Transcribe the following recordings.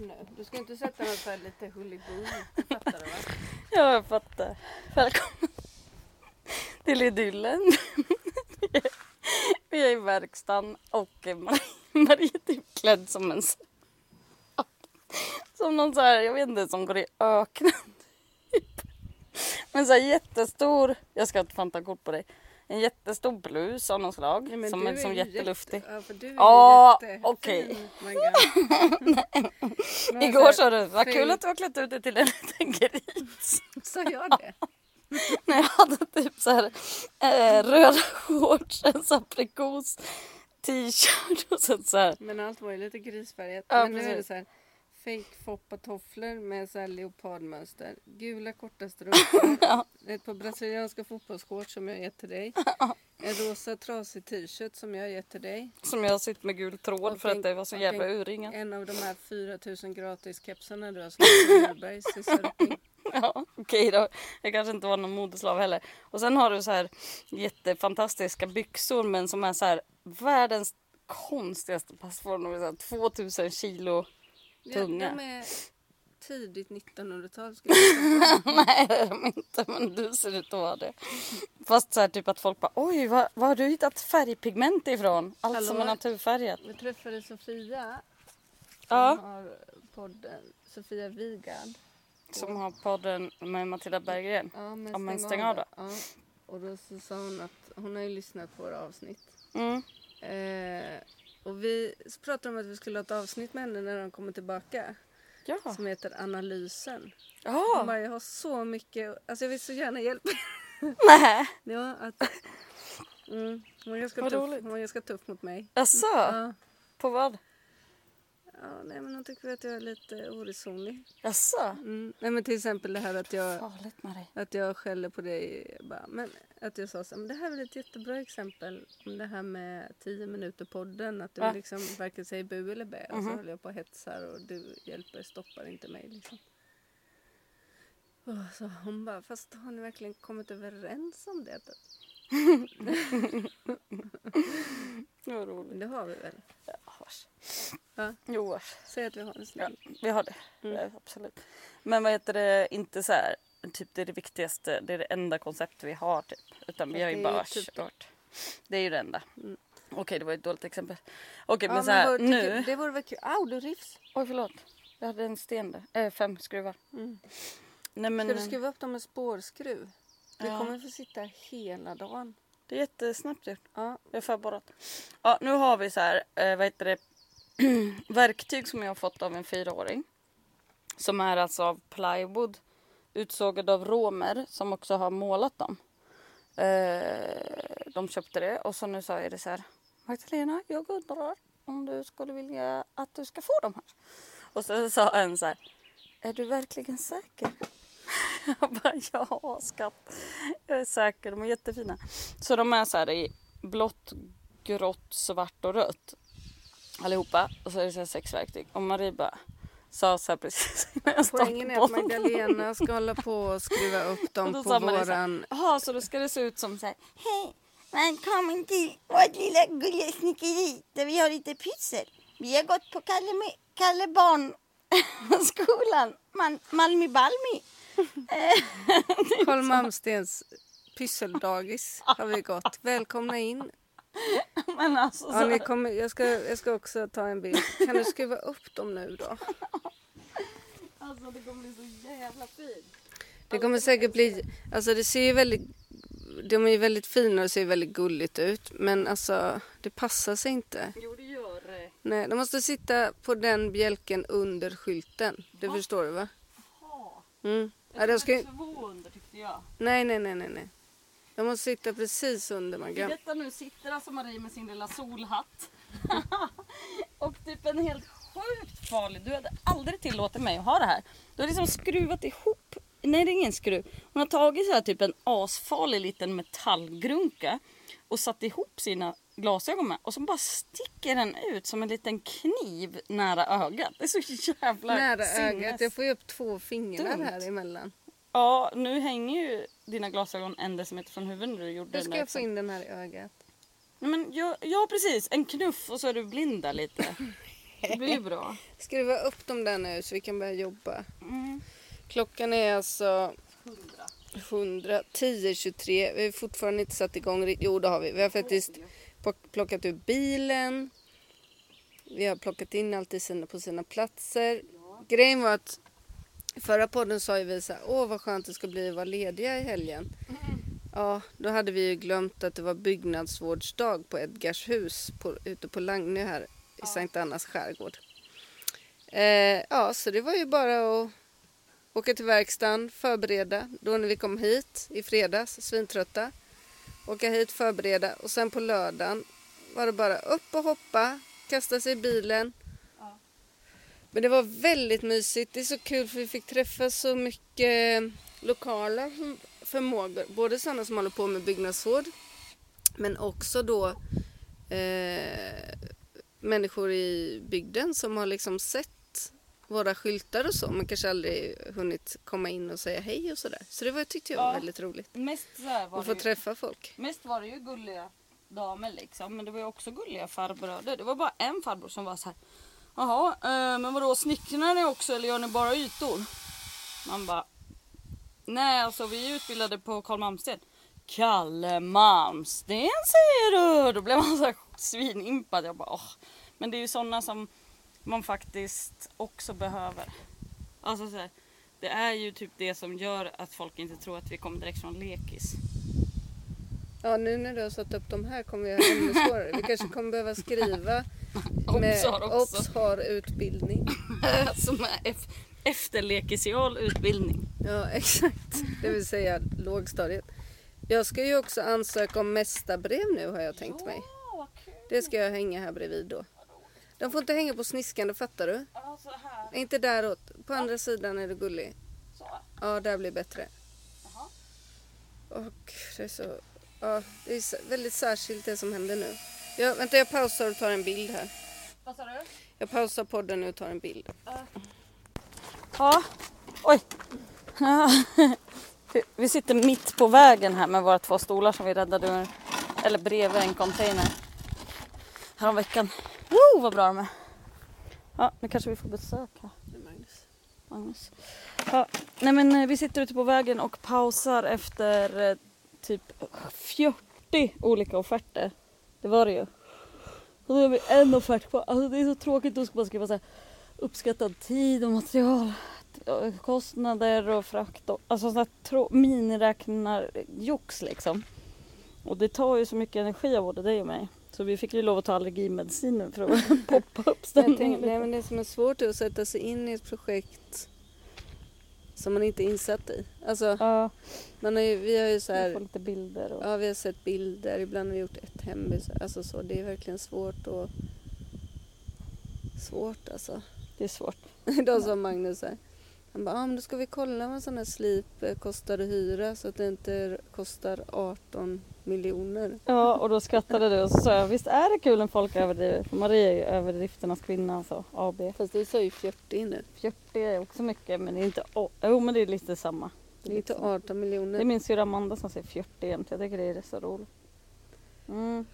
nu. Du ska inte sätta något så här lite hulliboo. Fattar du va? Ja, jag fattar. Välkommen till idyllen. Vi är- Vi är i verkstaden och eh, Marie, Marie är typ klädd som en... s- Som någon så här, jag vet inte, som går i öknen. typ. Men så här jättestor, jag ska ta fan ta kort på dig. En jättestor blus av något slag. Ja, men som du är som ju jätteluftig. Jätte, ja, för du är Ja, ju jättefin, okej. my God. Men Igår alltså, sa du, vad kul fint." att du har klätt ut dig till en liten gris. Sa jag det? När jag hade typ så här eh, röda shorts, en så aprikos t-shirt och sen så här. Men allt var ju lite grisfärgat. Ja, Men nu är det precis. så här fake foppa tofflor med så här leopardmönster. Gula korta strumpor. Ett par brasilianska fotbollsshorts som jag gett till dig. En rosa trasig t-shirt som jag gett till dig. Som jag har sytt med gul tråd Och för att tänk- det var så och jävla tänk- urringat. En av de här 4000 gratiskepsarna du har slagit i Norbergs i Sörping. Ja, okej då. Jag kanske inte var någon modeslav heller. Och sen har du så här jättefantastiska byxor men som är så här världens konstigaste passform. De är så här 2000 kilo. Tunga. Ja, de är tidigt 1900-tal skulle jag säga. Nej det är de inte men du ser ut att vara det. Fast så här typ att folk bara oj var, var har du hittat färgpigment ifrån? Allt som är Hallå? naturfärgat. Vi träffade Sofia som Ja. har podden Sofia Wigard. Som har podden med Matilda Berggren. Ja men, Ja, men stäng av då. Ja. Och då så sa hon att hon har ju lyssnat på våra avsnitt. Mm. Eh, och vi pratade om att vi skulle ha ett avsnitt med henne när de kommer tillbaka. Ja. Mm. Som heter Analysen. Hon Ja. bara, jag har så mycket, alltså jag vill så gärna hjälpa Nej. Ja, att... Mm, hon, var ganska Vad tuff, roligt. hon var ganska tuff mot mig. Jaså? Ja. På vad? Ja, nej, men hon tycker att jag är lite oresonlig. Jaså? Mm. Nej, men till exempel det här att jag, Farligt med dig. att jag skäller på dig. Bara, men, att jag sa så här, men det här är väl ett jättebra exempel om det här med 10 minuter-podden. Att du Ja. liksom varken säger bu eller bä. Och så håller jag på och hetsar och du hjälper, stoppar inte mig. Liksom. Och så hon bara, fast har ni verkligen kommit överens om det? Vad roligt. Men det har vi väl? Vars. Ja. Jo, Mm. vars. Säg att vi har en ja, snäll. vi har det. Ja, Absolut. Men vad heter det, inte så här, typ det är det viktigaste, det är det enda koncept vi har typ. Utan vi Fast har det ju är bara ju typ kört. Det är ju det enda. Okej, det var ett dåligt exempel. Okej, Ja, Mm. men så här, vad tycker- nu. Det vore väl kul. Au, du rivs. Oj, förlåt. Jag hade en sten där. Eh, fem skruvar. Nej, Mm. men, Ska du skruva upp dem med spårskruv? Du Ja. kommer få sitta hela dagen. Det är jättesnabbt gjort. Ja. Jag är förborrat. Ja, nu har vi så här, eh, vad heter det, verktyg som jag har fått av en fyraåring. Som är alltså av plywood, utsågade av romer som också har målat dem. Eh, de köpte det och så nu sa jag det så här, Magdalena, jag undrar om du skulle vilja att du ska få de här. Och så sa en så här, är du verkligen säker? Jag bara, ja skatt. Jag är säker, de är jättefina. Så de är så här i blått, grått, svart och rött. Allihopa. Och så är det så här sex verktyg. Och Marie bara sa så här precis innan jag Poängen startade är att podden. Magdalena ska hålla på och skruva upp Och dem då på sa Marie så här, våran... Jaha, så då ska det se ut som så här. Hej, välkommen till vårt lilla gulliga snickeri där vi har lite pyssel. Vi har gått på Kalle, Kalle Barnskolan, Man, Malmi Balmi. Karl Malmstens pysseldagis har vi gått. Välkomna in. Men alltså, Ja, så, ni kommer, jag, ska, jag ska också ta en bild. Kan du skruva upp dem nu då? alltså det kommer bli så jävla fint. Det kommer säkert bli... Alltså det ser ju väldigt... De är ju väldigt fina och ser väldigt gulligt ut. Men alltså, det passar sig inte. Jo, det gör det. Nej, de måste sitta på den bjälken under skylten. Det förstår du va? Mm. Ja, de ska ju... Två under tyckte jag. Nej, nej, nej, nej, nej. De måste sitta precis under I Maggan. detta nu sitter alltså Marie med sin lilla solhatt. och typ en helt sjukt farlig. Du hade aldrig tillåtit mig att ha det här. Du har liksom skruvat ihop. Nej det är ingen skruv. Hon har tagit så här typ en asfarlig liten metallgrunka och satt ihop sina glasögon med och så bara sticker den ut som en liten kniv nära ögat. Det är så jävla Nära sinnes- ögat. Jag får ju upp två fingrar Dumt. här emellan. Ja, nu hänger ju dina glasögon en decimeter från huvudet när du gjorde Hur den ska där jag få exakt- in den här i ögat? Nej, men ja, ja precis, en knuff och så är du blind där lite. Det blir ju bra. Skruva upp dem där nu så vi kan börja jobba. Mm. Klockan är alltså 100, 10.23. Vi har fortfarande inte satt igång. ri- Jo, det har vi. Vi har faktiskt plock- plockat ur bilen. Vi har plockat in allt i sina, på sina platser. Grejen var att i förra podden sa ju vi så här, åh vad skönt det ska bli att vara lediga i helgen. Ja, då hade vi ju glömt att det var byggnadsvårdsdag på Edgars hus på, ute på Langnö här i Sankt Annas skärgård. Eh, ja, så det var ju bara att åka till verkstaden, förbereda. Då när vi kom hit i fredags, svintrötta. Åka hit, förbereda och sen på lördagen var det bara upp och hoppa, kasta sig i bilen. Ja. Men det var väldigt mysigt. Det är så kul för vi fick träffa så mycket lokala förmågor. Både sådana som håller på med byggnadsvård men också då eh, människor i bygden som har liksom sett våra skyltar och så men kanske aldrig hunnit komma in och säga hej och sådär. Så det var, tyckte jag var Ja. väldigt roligt. Mest, så här var Att det få ju, träffa folk. mest var det ju gulliga damer liksom. Men det var ju också gulliga farbröder. Det var bara en farbror som var så här. Jaha, eh, men vadå snickrar ni också eller gör ni bara ytor? Man bara. Nej alltså vi är utbildade på Karl Malmsten. Kalle Malmsten säger du! Då blev man så här svinimpad. Jag bara åh. Men det är ju sådana som man faktiskt också behöver. Alltså så här, det är ju typ det som gör att folk inte tror att vi kommer direkt från lekis. Ja, nu när du har satt upp de här kommer vi ha ännu svårare. Vi kanske kommer behöva skriva Obs har också. Obs har utbildning. som är ef- efterlekisial utbildning. Ja, exakt. Det vill säga lågstadiet. Jag ska ju också ansöka om mästarbrev nu har jag tänkt mig. Ja, vad kul! Det ska jag hänga här bredvid då. De får inte hänga på sniskan, fattar du? Ja, så här. Inte däråt. På andra sidan är du gullig. Så. Ja, där blir bättre. Jaha. Och det är så... Ja, det är så- väldigt särskilt det som händer nu. Jag, vänta, jag pausar och tar en bild här. Vad sa du? Jag pausar podden nu och tar en bild. Ja. Oj! vi sitter mitt på vägen här med våra två stolar som vi räddade ur, eller bredvid en container häromveckan. Wow, vad bra de är! Ja, nu kanske vi får besök här. Magnus. Ja, nej men eh, vi sitter ute på vägen och pausar efter eh, typ 40 olika offerter. Det var det ju. Och då har vi en offert kvar. Alltså det är så tråkigt, då ska man skriva så här uppskattad tid och material, eh, kostnader och frakt och alltså sådana trå- miniräknarjox liksom. Och det tar ju så mycket energi av både dig och mig. Så vi fick ju lov att ta allergimedicin nu för att poppa upp Jag stämningen tänkte, nej, lite. men det som är svårt är att sätta sig in i ett projekt som man inte är insatt i. Alltså, Ja, man har ju, vi har ju så vi får här, lite bilder och... ja, vi har sett bilder, ibland har vi gjort ett hembygd. Alltså så, det är verkligen svårt och svårt alltså. Det är svårt. Då sa Magnus så här. Han bara, ah, men då ska vi kolla vad en sån här slip eh, kostar att hyra så att det inte kostar 18 miljoner. Ja, och då skrattade du och så sa jag visst är det kul när folk överdriver? För Maria är ju överdrifternas kvinna alltså, AB. Fast du sa ju 40 nu. Fjörtig är också mycket men det är inte, oh, jo men det är lite samma. Det är inte lite samma. 18 det är miljoner. min syrra Amanda som säger fjörtig jämt, jag tycker det är så roligt. Mm.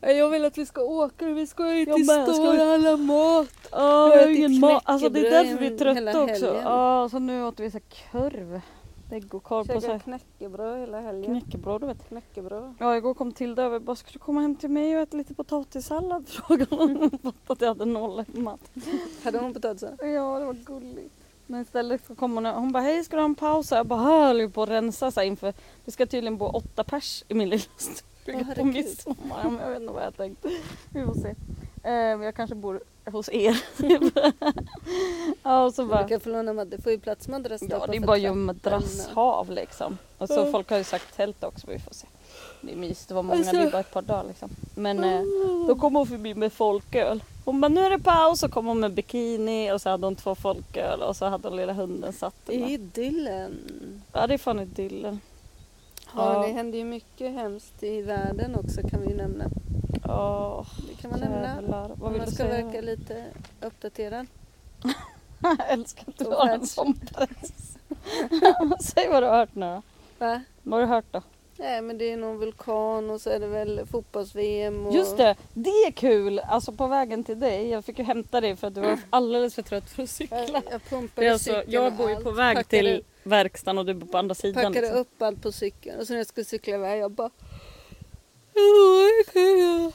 Jag vill att vi ska åka, vi ska ju till stan och handla mat. Åh, Jag jag har har ingen ätit mat. Alltså det är knäckebröd därför vi är hela trötta också. helgen. Ja, så nu åt vi så här korv. Ägg och korv på så Käka här knäckebröd hela helgen. knäckebröd du vet. Knäckebröd. Ja, igår kom Tilda över bara ska du komma hem till mig och äta lite potatissallad? Frågade hon. Hon fattade att jag hade noll mat. Hade hon potatisar? Ja, det var gulligt. Men istället så kom hon och hon bara hej ska du ha en paus? Och Jag bara "Här, jag håller ju på att rensa så här inför. Det ska tydligen bo åtta pers i min lilla stuga på herregud. midsommar. Ja, men Jag vet inte vad jag tänkte. Vi får se. Eh, men jag kanske bor hos er. ja och så bara. Du kan få låna mad- Du får ju platsmadrass där Ja på det är bara att fötterna. gömma drasshav liksom. Och så folk har ju sagt tält också men vi får se. Det är mysigt, det var många, det är bara ett par dagar liksom. Men eh, då kom hon förbi med folköl. Hon bara nu är det paus och kom hon med bikini och så hade hon två folköl och så hade hon lilla hunden satt. den där. Idyllen. Ja det är fan idyllen. Ja. Ja. Det händer ju mycket hemskt i världen också kan vi ju nämna. Åh, Det kan man nämna. jävlar. Vad Om vill man du ska säga? verka lite uppdaterad. Jag älskar att du har en sån press. Säg vad du har hört nu då. Va? Vad har du hört då? Nej men det är någon vulkan och så är det väl fotbolls-VM och... Just det, det är kul! Alltså på vägen till dig, jag fick ju hämta dig för att du var alldeles för trött för att cykla. Jag, jag pumpade Det är alltså, Äh, cykeln jag och bor ju allt, på väg packade- till verkstaden och du bor på andra sidan. Packade Liksom. upp allt på cykeln och sen när jag skulle cykla iväg jag bara... Orkar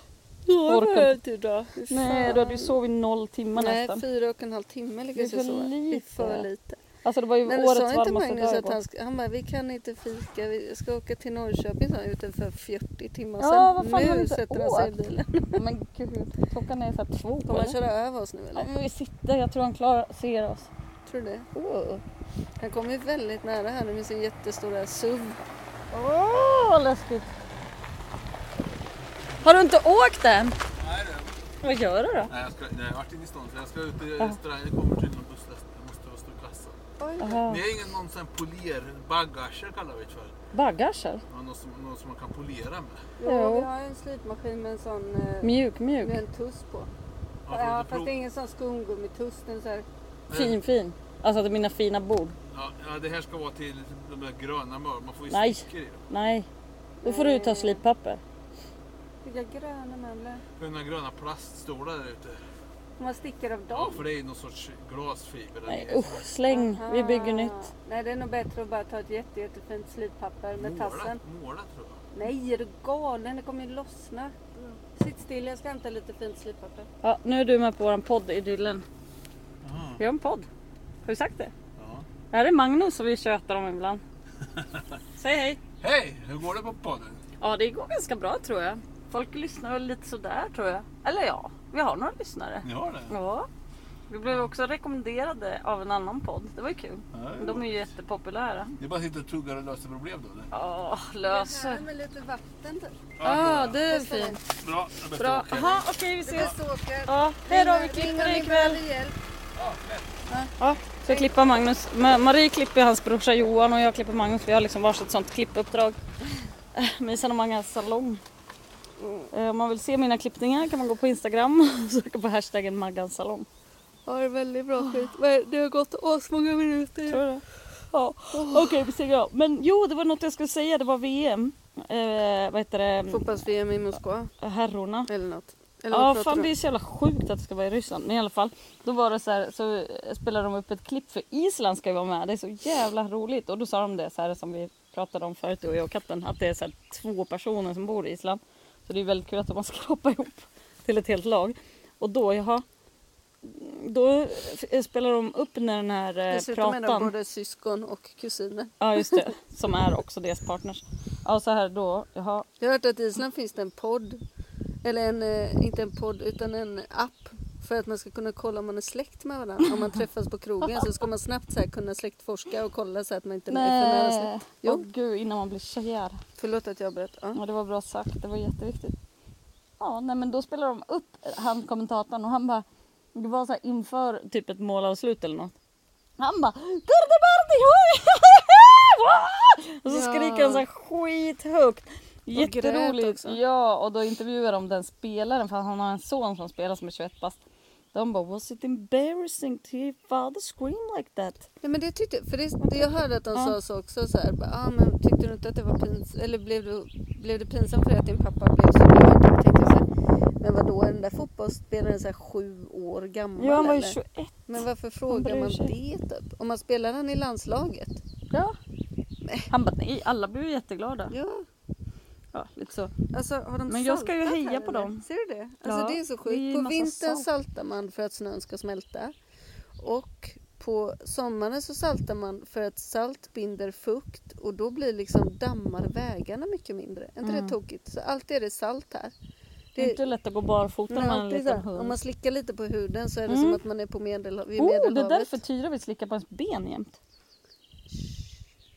Orkar inte. inte idag. Fy Nej, fan. du hade ju sovit noll timmar Nej, nästan. fyra och en halv timme lyckades Det är jag för sova. Det är lite. för lite. Alltså det var ju Men årets sa inte varmaste Magnus dag att igår. han, sk- han bara, vi kan inte fika, vi ska åka till Norrköping sa han utanför 40 timmar Ja, vad fan, har sen. du Nu inte sätter han sig i åkt? bilen. Men gud, klockan är såhär två. Kommer han eller? köra över oss nu Ja, eller? men vi sitter, jag tror han klarar, ser oss. Tror du det? Han kommer ju väldigt nära här nu med sin jättestora SUV. Åh, vad läskigt! Har du inte åkt än? Nej du. Vad gör du då? Nej, jag, ska, nej, jag har varit inne i stan så jag ska ut i restaurang. Jag kommer till någon busslast. Jag måste vara stor kassa. Aha. Ni har ingen någon sån här poler, bagager kallar vi det för. Bagager? Ja, Någon som, någon som man kan polera med. Ja, vi har ju en slipmaskin med en sån eh, Mjuk, mjuk. med en tuss på. Har du Ja, inte fast prov- det är ingen sån skumgummituss. Den är så här. Fin, fin. Alltså det är mina fina bord. ja, ja, det här ska vara till de där gröna mör. Man får ju Nej. stickor i dem. Nej, då får du ta slippapper. Vilka gröna möbler. För den där gröna plaststolar där ute. Man sticker av Ja, dem. för det är ju någon sorts glasfiber där Nej nere. usch, släng. Vi bygger nytt. Ah. Nej, det är nog bättre att bara ta ett jätte, jättefint slipapper med tassen. Måla, måla tror jag. Nej, är du galen? Det kommer ju lossna. Sitt still, jag ska hämta lite fint slipapper. Ja, nu är du med på våran podd Idyllen. Aha. Vi har en podd. Har du sagt det? Ja. Det här är Magnus som vi tjötar om ibland. Säg hej. Hej! Hur går det på podden? Ja, det går ganska bra tror jag. Folk lyssnar väl lite sådär tror jag. Eller ja, vi har några lyssnare. Ni har det? Ja. Vi blev också rekommenderade av en annan podd. Det var ju kul. Ja, det är De är ju jättepopulära. Ni bara sitter och tuggar och löser problem då eller? Ja, Det löser. här med lite vatten typ. Ja, det är Det ska fint. Bra, jag bäst Bra. åker. Jaha, okej vi Det ses. besåkar. Ja, hej då, vi klipper det ikväll. Ja, så jag klipper Magnus. Ma- Marie klipper hans brorsa Johan och jag klipper Magnus. Vi har liksom varsitt sånt klippuppdrag. Eh, Mysan och Mangas salong. Eh, Om man vill se mina klippningar kan man gå på Instagram och söka på hashtaggen Maggans salong. Ja, det är väldigt bra skit. Men Det har gått asmånga minuter. Mm. Tror du det? Ja, Oh. okej vi stänger av. Men jo, det var något jag skulle säga. Det var VM. Eh, vad heter det? Fotbolls-VM i Moskva Herrarna. eller något. Eller Ja, vad pratar fan du det om? är så jävla sjukt att det ska vara i Ryssland. Men i alla fall, då var det så här, så spelade de upp ett klipp för Island ska ju vara med. Det är så jävla roligt. Och då sa de det så här som vi pratade om förut, du och jag och katten, att det är så här två personer som bor i Island. Så det är väldigt kul att de har skrapat ihop till ett helt lag. Och då, jaha, då f- spelar de upp när den här eh, Dessutom är pratan... de både syskon och kusiner. Ja, just det. Som är också deras partners. Ja, så här då, jaha, Jag har hört att i Island finns det en podd. Eller en, eh, inte en podd utan en app. För att man ska kunna kolla om man är släkt med varandra. Om man träffas på krogen så ska man snabbt så här kunna släktforska och kolla så att man inte är för nära nej, släkt. åh Jo, gud, innan man blir kär. förlåt att jag bröt. Ja. Ja, det var bra sagt. Det var jätteviktigt. Ja, nej, men då spelar de upp eh, han kommentatorn och han bara... Det var så här inför typ ett målavslut eller något. Han bara... "Kurdi bardi, hoj, hoj, hoj, hoj!" Och så Ja. skriker han så här skithögt. grät Jätteroligt. också. Ja, och då intervjuar de den spelaren för han har en son som spelar som är 21 bast. De bara was it embarrassing to hear father scream like that? Ja, men det tyckte, för det, det jag hörde att de sa så också så här, bara, ah, men tyckte du inte att det var pinsamt, eller blev, du, blev det pinsamt för dig att din pappa blev så berörd? Då tänkte jag så här, men vadå, är den där fotbollsspelaren så här sju år gammal Ja, han var ju eller? 21. Men varför bryr frågar man sig. det typ? Om man spelar den i landslaget? Ja. Han bara nej, alla blev ju jätteglada. Ja, Ja, lite så. alltså har de Men jag ska ju saltat heja här, på eller? dem. Ser du det? Alltså Ja, det är så det är ju sjukt. På massa vintern salt. saltar man för att snön ska smälta. Och på sommaren så saltar man för att salt binder fukt och då blir liksom dammar vägarna mycket mindre. Är Mm. inte det tokigt? Så alltid är det salt här. Det är inte lätt att gå barfota men med typ en alltid liten så här, hund. Mm. Om man slickar lite på huden så är det som att man är på medel, vid oh, Medelhavet. det är därför Tyra vill slicka på ens ben jämt.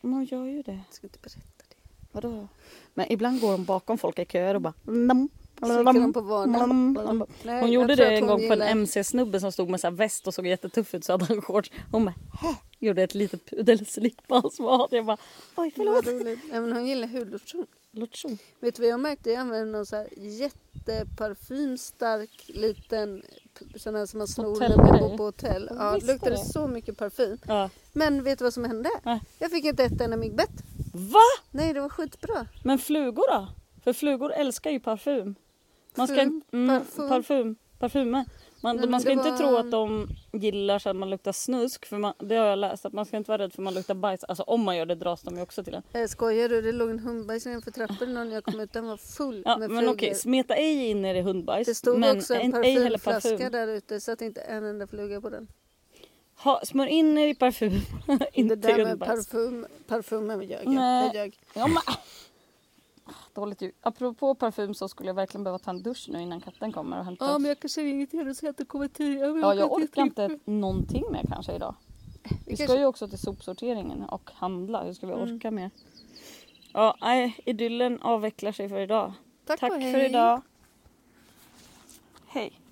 Men hon gör ju det. Jag ska inte berätta det. Vadå? Men ibland går hon bakom folk i köer och bara... Nam, Mm. Slickar hon på vaden? Nej, Hon jag tror gjorde det att hon en gång på en gillar- mc-snubbe som stod med så här väst och såg jättetuff ut så hade han shorts. Hon bara... Hä? Gjorde ett litet pudelslick på hans vad. Jag bara... Oj, förlåt. Vad roligt. Ja, men hon gillar hudlotion. Lottion. Vet du vad jag märkte? Jag använde någon så här jätteparfymstark liten p- sån här som man snor när man Hotellgrej. bor på hotell. Jag Ja, visste luktade det. så mycket parfym. Ja. Men vet du vad som hände? Nej. Jag fick inte ett enda myggbett. Va? Nej, det var skitbra. Men flugor då? För flugor älskar ju parfym. Man ska, Parfym, in- mm, parfum. parfum. parfymer. Man, Nej, men man ska det inte var- tro att de gillar så att man luktar snusk. För man, det har jag läst, att man ska inte vara rädd för man luktar bajs. Alltså om man gör det dras de ju också till en. Eh, skojar du? Det låg en hundbajs nedanför trappan när jag kom ut. Den var full Ja, med men flugor. okej, smeta ej in er i hundbajs. Det stod men också en en- ej heller parfymflaska där ute så att inte en enda fluga på den. Ha, smör in er i parfym, det inte i där med hundbajs. parfym, parfymen ljög jag. Nej. jag ljög. Ja, men... Ah! Dåligt ljud. Apropå parfym så skulle jag verkligen behöva ta en dusch nu innan katten kommer och hämtar. Ja, men jag kanske ringer till henne och säger att du kommer till. men Ja, jag jag kan orkar inte någonting mer kanske idag. Vi ska kanske- ju också till sopsorteringen och handla. Hur ska vi orka mer? Ja, nej, idyllen avvecklar sig för idag. Tack och för hej. idag. Hej.